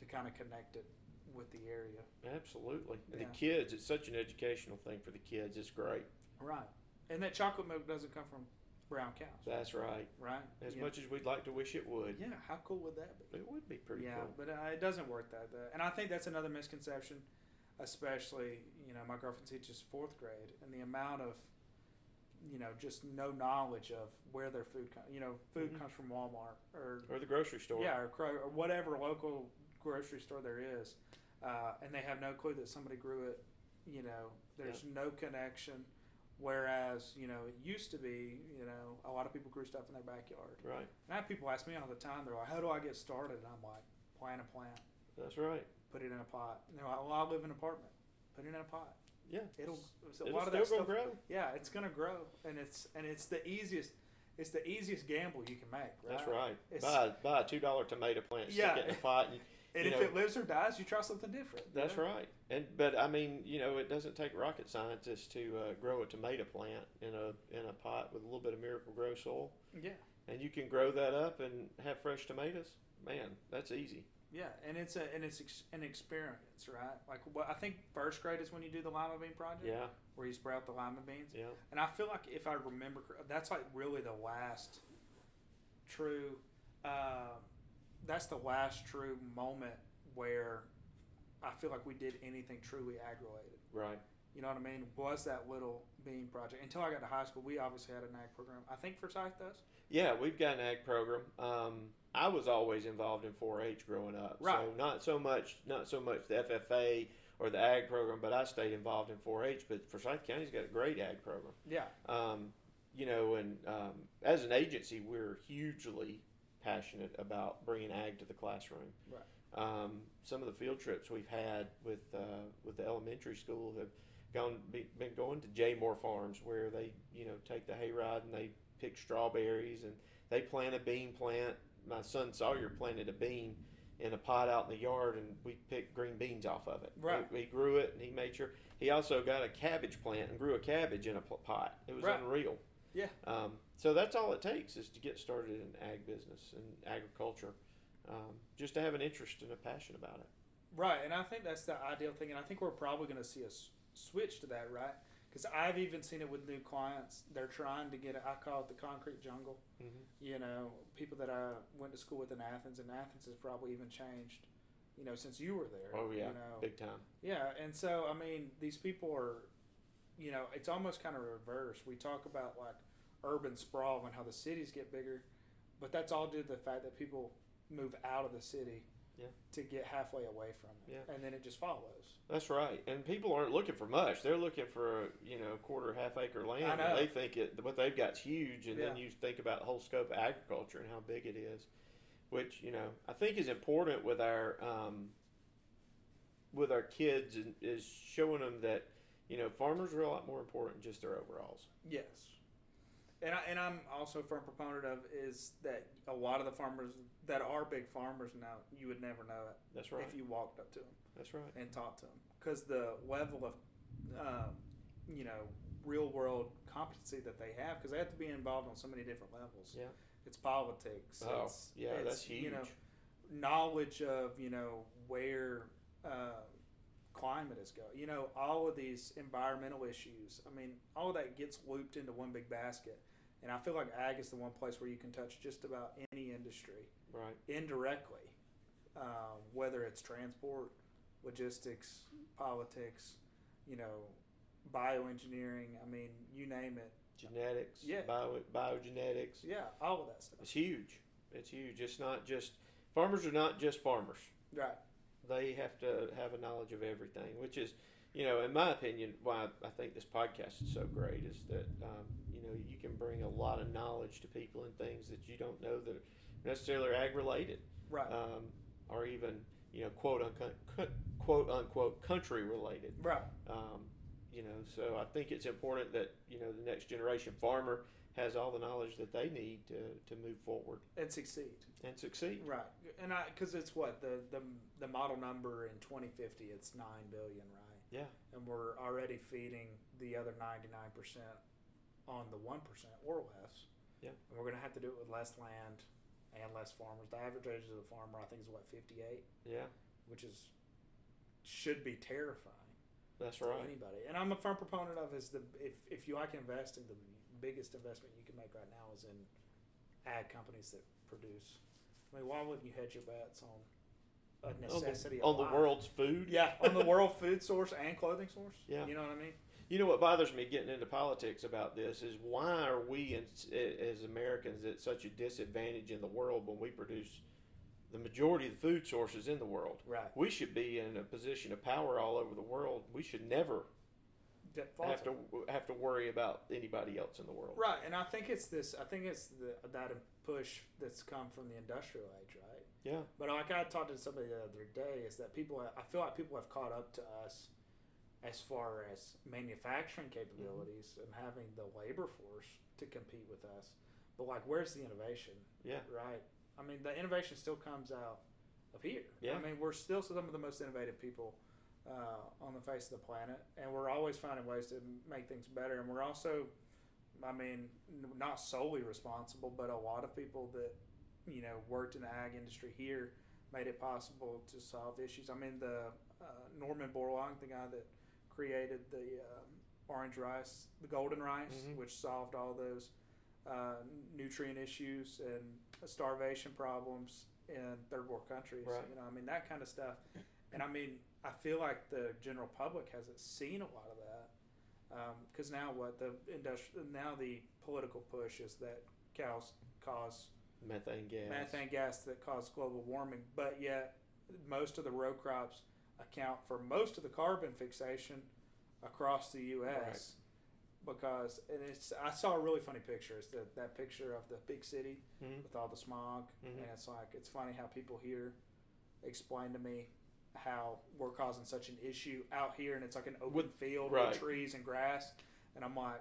[SPEAKER 2] to kind of connect it with the area.
[SPEAKER 3] absolutely. And
[SPEAKER 2] Yeah.
[SPEAKER 3] the kids, it's such an educational thing for the kids. It's great.
[SPEAKER 2] Right. And that chocolate milk doesn't come from brown cows,
[SPEAKER 3] That's right.
[SPEAKER 2] right?
[SPEAKER 3] As
[SPEAKER 2] yeah.
[SPEAKER 3] much as we'd like to wish it would,
[SPEAKER 2] Yeah. How cool would that be?
[SPEAKER 3] it would be pretty
[SPEAKER 2] yeah,
[SPEAKER 3] cool.
[SPEAKER 2] but uh, it doesn't work that way. And I think that's another misconception, especially, you know, my girlfriend teaches fourth grade and the amount of, you know, just no knowledge of where their food comes, you know, food
[SPEAKER 3] Mhm.
[SPEAKER 2] comes from Walmart or,
[SPEAKER 3] Or the grocery store.
[SPEAKER 2] yeah, or, Kro- or whatever local grocery store there is. Uh, and they have no clue that somebody grew it, you know, there's no connection. Whereas, you know, it used to be, you know, a lot of people grew stuff in their backyard.
[SPEAKER 3] Right.
[SPEAKER 2] And I have people ask me all the time, they're like, how do I get started? And I'm like, plant a plant,
[SPEAKER 3] That's right.
[SPEAKER 2] put it in a pot. And they're like, well, I live in an apartment, put it in a pot.
[SPEAKER 3] Yeah.
[SPEAKER 2] It'll, so a
[SPEAKER 3] It'll
[SPEAKER 2] lot of
[SPEAKER 3] still
[SPEAKER 2] that
[SPEAKER 3] gonna
[SPEAKER 2] stuff,
[SPEAKER 3] grow.
[SPEAKER 2] yeah, it's going to grow. And it's, and it's the easiest, it's the easiest gamble you can make. Right?
[SPEAKER 3] That's right.
[SPEAKER 2] It's-
[SPEAKER 3] buy buy a two dollar tomato plant, stick
[SPEAKER 2] Yeah.
[SPEAKER 3] it in a pot, and
[SPEAKER 2] And
[SPEAKER 3] you
[SPEAKER 2] if
[SPEAKER 3] know-
[SPEAKER 2] it lives or dies, you try something different. you
[SPEAKER 3] That's
[SPEAKER 2] know?
[SPEAKER 3] right. And but I mean, you know, it doesn't take rocket scientists to uh, grow a tomato plant in a in a pot with a little bit of miracle grow soil,
[SPEAKER 2] Yeah.
[SPEAKER 3] and you can grow that up and have fresh tomatoes. Man, that's easy.
[SPEAKER 2] Yeah. And it's a, and it's ex- an experience, right? Like what I think first grade is when you do the lima bean project
[SPEAKER 3] Yeah,
[SPEAKER 2] where you sprout the lima beans.
[SPEAKER 3] yeah,
[SPEAKER 2] And I feel like if I remember, cor- that's like really the last true. um that's the last true moment where I feel like we did anything truly ag related.
[SPEAKER 3] right.
[SPEAKER 2] You know what I mean? Was that little bean project until I got to high school? We obviously had an ag program. I think Forsyth does.
[SPEAKER 3] Yeah, we've got an ag program. Um, I was always involved in 4-H growing up, so
[SPEAKER 2] Right.
[SPEAKER 3] not so much not so much the FFA or the ag program, but I stayed involved in 4-H. But Forsyth County's got a great ag program.
[SPEAKER 2] Yeah.
[SPEAKER 3] um, you know, and um, as an agency, we're hugely passionate about bringing ag to the classroom.
[SPEAKER 2] Right.
[SPEAKER 3] Um, some of the field trips we've had with uh, with the elementary school have gone be, been going to J Moore Farms where they you know take the hayride and they pick strawberries and they plant a bean plant. My son Sawyer planted a bean in a pot out in the yard, and we picked green beans off of it.
[SPEAKER 2] Right.
[SPEAKER 3] He, he grew it, and he made sure he also got a cabbage plant and grew a cabbage in a pl- pot. It was
[SPEAKER 2] Right.
[SPEAKER 3] unreal.
[SPEAKER 2] Yeah.
[SPEAKER 3] Um, so that's all it takes is to get started in ag business and agriculture, um, just to have an interest and a passion about it.
[SPEAKER 2] Right, and I think that's the ideal thing, and I think we're probably going to see a s- switch to that, right? Because I've even seen it with new clients. They're trying to get it. I call it the concrete jungle.
[SPEAKER 3] Mhm.
[SPEAKER 2] You know, people that I went to school with in Athens, and Athens has probably even changed. You know, since you were there.
[SPEAKER 3] Oh, yeah.
[SPEAKER 2] You know,
[SPEAKER 3] Big time.
[SPEAKER 2] yeah, and so I mean, these people are, you know, it's almost kind of reverse. We talk about like urban sprawl and how the cities get bigger, but that's all due to the fact that people move out of the city
[SPEAKER 3] Yeah.
[SPEAKER 2] to get halfway away from it,
[SPEAKER 3] Yeah.
[SPEAKER 2] and then it just follows.
[SPEAKER 3] That's right. And people aren't looking for much. They're looking for, you know, quarter, half acre land.
[SPEAKER 2] I
[SPEAKER 3] and
[SPEAKER 2] know.
[SPEAKER 3] They think it, what they've got's huge. And then
[SPEAKER 2] Yeah.
[SPEAKER 3] you think about the whole scope of agriculture and how big it is, which, you know, I think is important with our, um, with our kids and is showing them that, you know, farmers are a lot more important than just their overalls.
[SPEAKER 2] Yes. And, I, and I'm also a firm proponent of is that a lot of the farmers that are big farmers now, you would never know it
[SPEAKER 3] That's right.
[SPEAKER 2] if you walked up to them.
[SPEAKER 3] That's right.
[SPEAKER 2] and talk to them because the level of um, you know real world competency that they have because they have to be involved on so many different levels
[SPEAKER 3] Yeah.
[SPEAKER 2] it's politics
[SPEAKER 3] oh,
[SPEAKER 2] it's,
[SPEAKER 3] yeah,
[SPEAKER 2] it's,
[SPEAKER 3] that's huge.
[SPEAKER 2] you know knowledge of you know where uh, climate is going you know all of these environmental issues i mean all of that gets looped into one big basket and i feel like ag is the one place where you can touch just about any industry
[SPEAKER 3] right.
[SPEAKER 2] indirectly, uh, whether it's transport, logistics, politics, you know, bioengineering. I mean, you name it.
[SPEAKER 3] Genetics,
[SPEAKER 2] Yeah.
[SPEAKER 3] bio, biogenetics.
[SPEAKER 2] Yeah, all of that stuff.
[SPEAKER 3] It's huge. It's huge. It's not just, farmers are not just farmers.
[SPEAKER 2] Right.
[SPEAKER 3] they have to have a knowledge of everything, which is, you know, in my opinion, why I think this podcast is so great is that, um, you know, you can bring a lot of knowledge to people and things that you don't know that are necessarily ag related,
[SPEAKER 2] Right.
[SPEAKER 3] um, or even, you know, quote unquote, quote unquote, country related.
[SPEAKER 2] right.
[SPEAKER 3] Um, you know, so I think it's important that, you know, the next generation farmer has all the knowledge that they need to, to move forward
[SPEAKER 2] And succeed.
[SPEAKER 3] and succeed.
[SPEAKER 2] Right. And I, because it's what the, the the model number in 2050, it's nine billion, right?
[SPEAKER 3] Yeah.
[SPEAKER 2] And we're already feeding the other 99 percent on the one percent or less.
[SPEAKER 3] Yeah.
[SPEAKER 2] And we're gonna have to do it with less land and less farmers. The average age of the farmer, I think, is what 58.
[SPEAKER 3] Yeah.
[SPEAKER 2] which is should be terrifying
[SPEAKER 3] That's
[SPEAKER 2] to
[SPEAKER 3] right.
[SPEAKER 2] anybody. And I'm a firm proponent of is the if if you like investing, the biggest investment you can make right now is in ad companies that produce. I mean, why wouldn't you hedge your bets on a necessity of
[SPEAKER 3] on the
[SPEAKER 2] life?
[SPEAKER 3] world's food.
[SPEAKER 2] Yeah, on the world food source and clothing source.
[SPEAKER 3] Yeah.
[SPEAKER 2] you know what I mean.
[SPEAKER 3] You know what bothers me getting into politics about this is why are we in, as Americans at such a disadvantage in the world when we produce the majority of the food sources in the world?
[SPEAKER 2] Right.
[SPEAKER 3] We should be in a position of power all over the world. We should never
[SPEAKER 2] That falls
[SPEAKER 3] have to have to worry about anybody else in the world.
[SPEAKER 2] Right, and I think it's this. I think it's the, that push that's come from the industrial age, right?
[SPEAKER 3] Yeah.
[SPEAKER 2] But like I talked to somebody the other day, is that people? I feel like people have caught up to us as far as manufacturing capabilities
[SPEAKER 3] Mm-hmm.
[SPEAKER 2] and having the labor force to compete with us. But like, where's the innovation?
[SPEAKER 3] Yeah.
[SPEAKER 2] Right. I mean, the innovation still comes out of here.
[SPEAKER 3] Yeah.
[SPEAKER 2] I mean, we're still some of the most innovative people uh, on the face of the planet, and we're always finding ways to make things better. And we're also, I mean, n- not solely responsible, but a lot of people that you know worked in the ag industry here made it possible to solve issues. I mean, the uh, Norman Borlaug, the guy that created the um, orange rice, the golden rice,
[SPEAKER 3] Mhm.
[SPEAKER 2] which solved all those uh, nutrient issues and starvation problems in third world countries.
[SPEAKER 3] Right.
[SPEAKER 2] You know, I mean that kind of stuff. And I mean, I feel like the general public hasn't seen a lot of that because now what the industri- now the political push is that cows cause
[SPEAKER 3] Methane gas.
[SPEAKER 2] methane gas that cause global warming, but yet most of the row crops account for most of the carbon fixation across the U.S. Because and it's I saw a really funny picture. It's that that picture of the big city
[SPEAKER 3] Mhm.
[SPEAKER 2] with all the smog,
[SPEAKER 3] Mhm.
[SPEAKER 2] and it's like it's funny how people here explain to me how we're causing such an issue out here, and it's like an open
[SPEAKER 3] With-
[SPEAKER 2] field
[SPEAKER 3] right.
[SPEAKER 2] with trees and grass, and I'm like,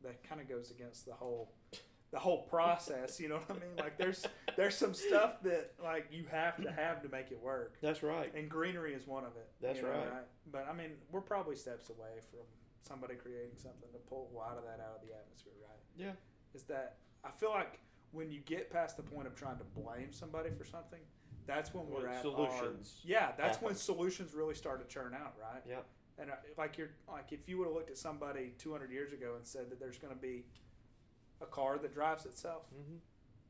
[SPEAKER 2] that kind of goes against the whole the whole process. You know what I mean? Like there's there's some stuff that like you have to have to make it work,
[SPEAKER 3] That's right.
[SPEAKER 2] and greenery is one of it. you
[SPEAKER 3] That's
[SPEAKER 2] know,
[SPEAKER 3] right.
[SPEAKER 2] But I mean, we're probably steps away from somebody creating something to pull a lot of that out of the atmosphere, right?
[SPEAKER 3] Yeah.
[SPEAKER 2] Is that I feel like when you get past the point of trying to blame somebody for something, that's when
[SPEAKER 3] When
[SPEAKER 2] we're at our
[SPEAKER 3] solutions.
[SPEAKER 2] yeah, that's when
[SPEAKER 3] happen.
[SPEAKER 2] solutions really start to churn out, right?
[SPEAKER 3] Yep.
[SPEAKER 2] And uh, like you're like if you would have looked at somebody 200 years ago and said that there's going to be a car that drives itself,
[SPEAKER 3] hmm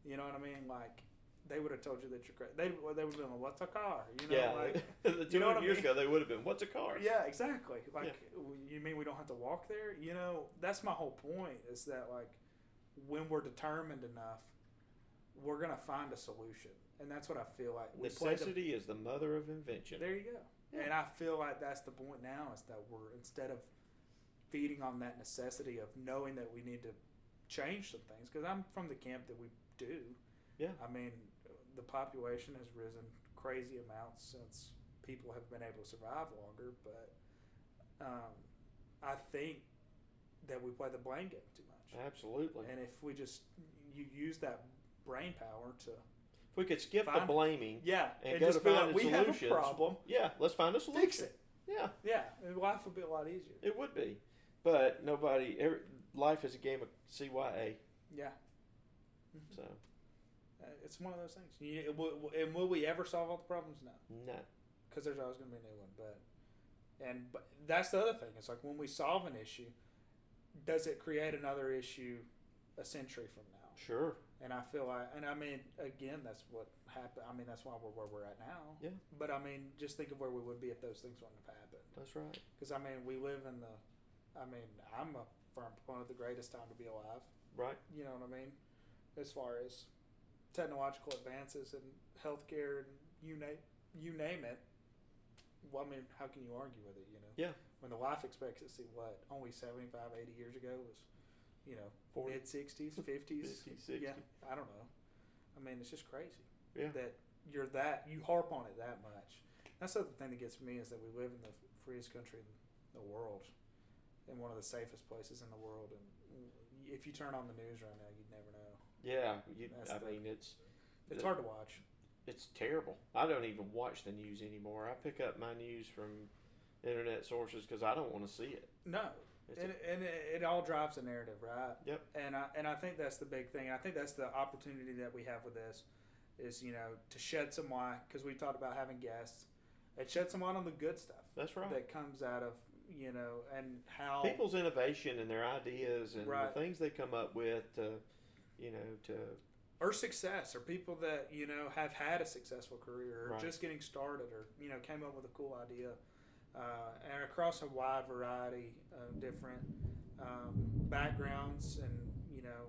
[SPEAKER 2] you know what I mean? Like they would have told you that you're crazy. They well, they would have been like, "What's a car?" You know,
[SPEAKER 3] yeah.
[SPEAKER 2] like
[SPEAKER 3] the
[SPEAKER 2] you know what
[SPEAKER 3] 200
[SPEAKER 2] I
[SPEAKER 3] years
[SPEAKER 2] mean?
[SPEAKER 3] ago, they would have been, what's a car?
[SPEAKER 2] yeah, exactly. Like w- you mean we don't have to walk there? You know, that's my whole point is that like when we're determined enough, we're going to find a solution. and that's what I feel like. We play the-
[SPEAKER 3] Necessity is the mother of invention.
[SPEAKER 2] There you go.
[SPEAKER 3] Yeah.
[SPEAKER 2] And I feel like that's the point now is that we're instead of feeding on that necessity of knowing that we need to change some things because I'm from the camp that we do.
[SPEAKER 3] Yeah.
[SPEAKER 2] I mean, the population has risen crazy amounts since people have been able to survive longer, but um, I think that we play the blame game too much.
[SPEAKER 3] Absolutely.
[SPEAKER 2] And if we just you use that brain power to
[SPEAKER 3] If we could skip the
[SPEAKER 2] Find-
[SPEAKER 3] blaming,
[SPEAKER 2] yeah,
[SPEAKER 3] And
[SPEAKER 2] and,
[SPEAKER 3] go
[SPEAKER 2] just
[SPEAKER 3] to
[SPEAKER 2] feel
[SPEAKER 3] find
[SPEAKER 2] like
[SPEAKER 3] the
[SPEAKER 2] we have a
[SPEAKER 3] solutions.
[SPEAKER 2] problem,
[SPEAKER 3] yeah, let's find a solution.
[SPEAKER 2] fix it.
[SPEAKER 3] Yeah,
[SPEAKER 2] Yeah, and life would be a lot easier.
[SPEAKER 3] it would be, but nobody. Every, life is a game of CYA.
[SPEAKER 2] Yeah,
[SPEAKER 3] So
[SPEAKER 2] Uh, it's one of those things. You, it will, will- and will we ever solve all the problems? No,
[SPEAKER 3] no,
[SPEAKER 2] because there's always going to be a new one. But and but that's the other thing. It's like when we solve an issue, does it create another issue a century from now?
[SPEAKER 3] sure,
[SPEAKER 2] And I feel like, and I mean, again, that's what happened. I mean, that's why we're where we're at now.
[SPEAKER 3] Yeah.
[SPEAKER 2] But I mean, just think of where we would be if those things wouldn't have happened.
[SPEAKER 3] that's right.
[SPEAKER 2] Because I mean, we live in the. I mean, I'm a firm proponent of the greatest time to be alive.
[SPEAKER 3] Right,
[SPEAKER 2] you know what I mean, as far as technological advances and healthcare and you name you name it. Well, I mean, how can you argue with it? You know.
[SPEAKER 3] Yeah.
[SPEAKER 2] When the life expectancy, what only 75, 80 years ago was, you know,
[SPEAKER 3] Forty.
[SPEAKER 2] mid sixties, fifties.
[SPEAKER 3] 50, 60.
[SPEAKER 2] Yeah, I don't know. I mean, it's just crazy
[SPEAKER 3] Yeah.
[SPEAKER 2] that you're that you harp on it that much. That's the other thing that gets me is that we live in the freest country in the world, in one of the safest places in the world, and if you turn on the news right now, you'd never know.
[SPEAKER 3] yeah. You,
[SPEAKER 2] That's
[SPEAKER 3] I
[SPEAKER 2] the-
[SPEAKER 3] mean, it's
[SPEAKER 2] It's
[SPEAKER 3] Yeah.
[SPEAKER 2] hard to watch.
[SPEAKER 3] it's terrible. I don't even watch the news anymore. I pick up my news from internet sources because I don't want to see it.
[SPEAKER 2] No,
[SPEAKER 3] It's
[SPEAKER 2] and, and it, it all drives the narrative, right?
[SPEAKER 3] Yep.
[SPEAKER 2] And I and I think that's the big thing. I think that's the opportunity that we have with this is you know to shed some light because we talked about having guests. It sheds some light on the good stuff
[SPEAKER 3] that's right.
[SPEAKER 2] that comes out of you know and how
[SPEAKER 3] people's innovation and their ideas and
[SPEAKER 2] Right.
[SPEAKER 3] the things they come up with to you know to
[SPEAKER 2] or success or people that you know have had a successful career or
[SPEAKER 3] Right.
[SPEAKER 2] just getting started or you know came up with a cool idea uh, and across a wide variety of different um, backgrounds and you know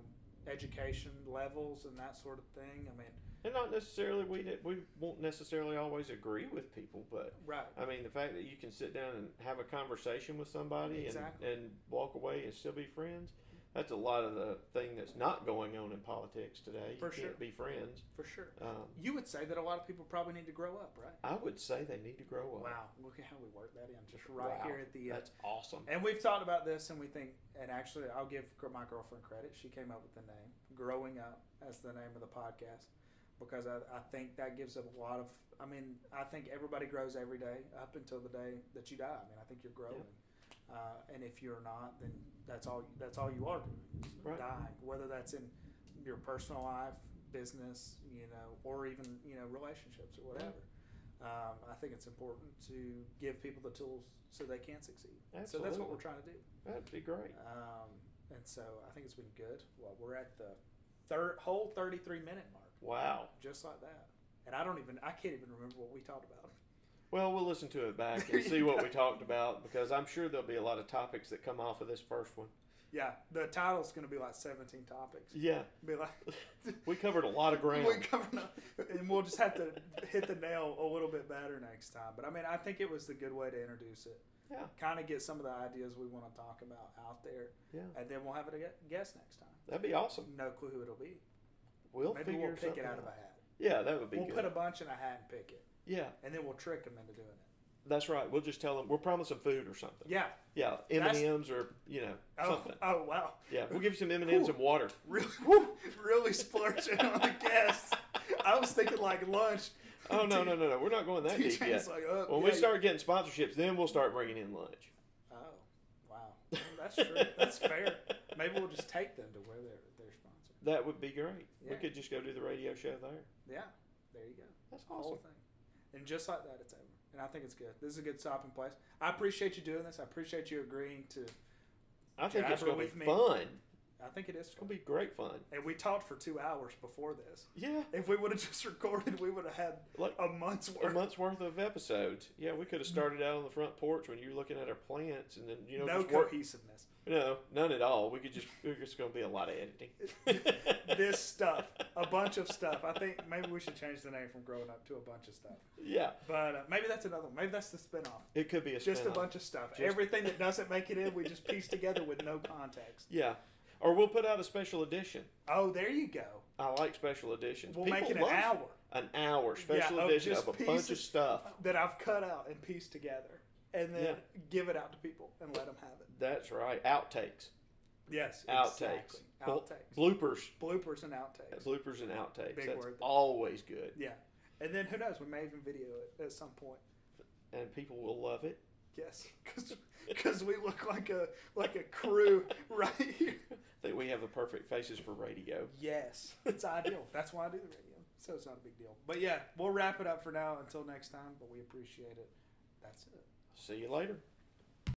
[SPEAKER 2] education levels and that sort of thing i mean
[SPEAKER 3] and not necessarily we we won't necessarily always agree with people but
[SPEAKER 2] right
[SPEAKER 3] I mean the fact that you can sit down and have a conversation with somebody
[SPEAKER 2] Exactly.
[SPEAKER 3] and, and walk away and still be friends that's a lot of the thing that's not going on in politics today
[SPEAKER 2] For
[SPEAKER 3] you
[SPEAKER 2] sure.
[SPEAKER 3] can't be friends
[SPEAKER 2] for sure
[SPEAKER 3] um,
[SPEAKER 2] you would say that a lot of people probably need to grow up right
[SPEAKER 3] I would say they need to grow up
[SPEAKER 2] wow look at how we work that in just right
[SPEAKER 3] Wow.
[SPEAKER 2] here at the uh,
[SPEAKER 3] that's awesome
[SPEAKER 2] And we've talked about this, and we think, and actually, I'll give gr- my girlfriend credit. She came up with the name "Growing Up" as the name of the podcast because I, I think that gives a lot of. I mean, I think everybody grows every day up until the day that you die. I mean, I think you're growing, uh, and if you're not, then that's all. That's all you are doing, is
[SPEAKER 3] Right.
[SPEAKER 2] dying. Whether that's in your personal life, business, you know, or even you know relationships or whatever. Um, I think it's important to give people the tools so they can succeed. So that's what we're trying to do.
[SPEAKER 3] that'd be great
[SPEAKER 2] Um, and so I think it's been good. Well, we're at the third whole 33 minute mark,
[SPEAKER 3] wow
[SPEAKER 2] just like that. And I don't even, I can't even remember what we talked about.
[SPEAKER 3] Well, we'll listen to it back
[SPEAKER 2] There
[SPEAKER 3] and
[SPEAKER 2] you
[SPEAKER 3] see what
[SPEAKER 2] go.
[SPEAKER 3] we talked about because I'm sure there'll be a lot of topics that come off of this first one.
[SPEAKER 2] Yeah, the title's going to be like 17 topics.
[SPEAKER 3] Yeah,
[SPEAKER 2] Be like,
[SPEAKER 3] we covered a lot of ground.
[SPEAKER 2] we covered, up- and we'll just have to hit the nail a little bit better next time. But I mean, I think it was the good way to introduce it.
[SPEAKER 3] Yeah.
[SPEAKER 2] Kind of get some of the ideas we want to talk about out there,
[SPEAKER 3] Yeah,
[SPEAKER 2] and then we'll have it a gue- guest next time.
[SPEAKER 3] that'd be awesome.
[SPEAKER 2] No clue who it'll be.
[SPEAKER 3] We'll
[SPEAKER 2] Maybe
[SPEAKER 3] figure
[SPEAKER 2] we'll pick
[SPEAKER 3] something
[SPEAKER 2] it out of a hat.
[SPEAKER 3] Yeah, that would be
[SPEAKER 2] we'll
[SPEAKER 3] good.
[SPEAKER 2] put a bunch in a hat and pick it,
[SPEAKER 3] yeah,
[SPEAKER 2] and then we'll trick them into doing it.
[SPEAKER 3] that's right. We'll just tell them we'll promise them food or something.
[SPEAKER 2] Yeah.
[SPEAKER 3] Yeah, M
[SPEAKER 2] That's-
[SPEAKER 3] and M's or you know
[SPEAKER 2] Oh,
[SPEAKER 3] something.
[SPEAKER 2] oh wow.
[SPEAKER 3] Yeah, we'll give you some M and M's and water.
[SPEAKER 2] Really, really splurging on the guests. I was thinking like lunch.
[SPEAKER 3] Oh no no no no, we're not going that deep yet.
[SPEAKER 2] DJ's like, oh,
[SPEAKER 3] When
[SPEAKER 2] yeah,
[SPEAKER 3] we
[SPEAKER 2] yeah.
[SPEAKER 3] start getting sponsorships, then we'll start bringing in lunch.
[SPEAKER 2] Oh, wow. Well, that's true. that's fair. Maybe we'll just take them to where they're they're sponsored.
[SPEAKER 3] That would be great. We
[SPEAKER 2] Yeah.
[SPEAKER 3] could just go do the radio show there.
[SPEAKER 2] Yeah. There you go.
[SPEAKER 3] That's
[SPEAKER 2] The whole
[SPEAKER 3] awesome.
[SPEAKER 2] thing. And just like that, it's over. And I think it's good. This is a good stopping place. I appreciate you doing this. I appreciate you agreeing to.
[SPEAKER 3] I think it's
[SPEAKER 2] Jabber
[SPEAKER 3] gonna
[SPEAKER 2] with
[SPEAKER 3] be
[SPEAKER 2] me.
[SPEAKER 3] fun.
[SPEAKER 2] I think it is
[SPEAKER 3] It's gonna
[SPEAKER 2] fun.
[SPEAKER 3] be great fun.
[SPEAKER 2] And we talked for two hours before this.
[SPEAKER 3] Yeah,
[SPEAKER 2] If we would have just recorded, we would have had
[SPEAKER 3] like
[SPEAKER 2] a month's
[SPEAKER 3] a
[SPEAKER 2] worth.
[SPEAKER 3] month's worth of episodes. Yeah, we could have started out on the front porch when you were looking at our plants, and then you know
[SPEAKER 2] no
[SPEAKER 3] just work,
[SPEAKER 2] cohesiveness.
[SPEAKER 3] No, none at all. We could just we're just going to be a lot of editing.
[SPEAKER 2] this stuff, a bunch of stuff. I think maybe we should change the name from Growing Up to a bunch of stuff.
[SPEAKER 3] yeah,
[SPEAKER 2] But uh, maybe that's another one. Maybe that's the spinoff.
[SPEAKER 3] it could be a
[SPEAKER 2] Just a
[SPEAKER 3] spin-off.
[SPEAKER 2] bunch of stuff.
[SPEAKER 3] Just-
[SPEAKER 2] Everything that doesn't make it in, we just piece together with no context.
[SPEAKER 3] Yeah, or we'll put out a special edition.
[SPEAKER 2] Oh, there you go.
[SPEAKER 3] I like special editions.
[SPEAKER 2] We'll
[SPEAKER 3] People
[SPEAKER 2] make it an
[SPEAKER 3] love
[SPEAKER 2] hour
[SPEAKER 3] An hour special
[SPEAKER 2] of
[SPEAKER 3] edition
[SPEAKER 2] just
[SPEAKER 3] of a bunch of
[SPEAKER 2] pieces.
[SPEAKER 3] stuff.
[SPEAKER 2] that I've cut out and pieced together, and then give it out to people and let them have it.
[SPEAKER 3] That's right. Outtakes,
[SPEAKER 2] Yes,
[SPEAKER 3] outtakes,
[SPEAKER 2] exactly.
[SPEAKER 3] Bl-
[SPEAKER 2] Outtakes,
[SPEAKER 3] bloopers,
[SPEAKER 2] bloopers, and outtakes.
[SPEAKER 3] bloopers, and outtakes.
[SPEAKER 2] Big
[SPEAKER 3] That's
[SPEAKER 2] word.
[SPEAKER 3] always good,
[SPEAKER 2] Yeah, and then who knows? We may even video it at some point.
[SPEAKER 3] and people will love it.
[SPEAKER 2] Yes, because we look like a like a crew right here.
[SPEAKER 3] I think we have the perfect faces for radio.
[SPEAKER 2] Yes, it's ideal. That's why I do the radio. So it's not a big deal. But yeah, we'll wrap it up for now. Until next time. But we appreciate it. That's it.
[SPEAKER 3] See you later.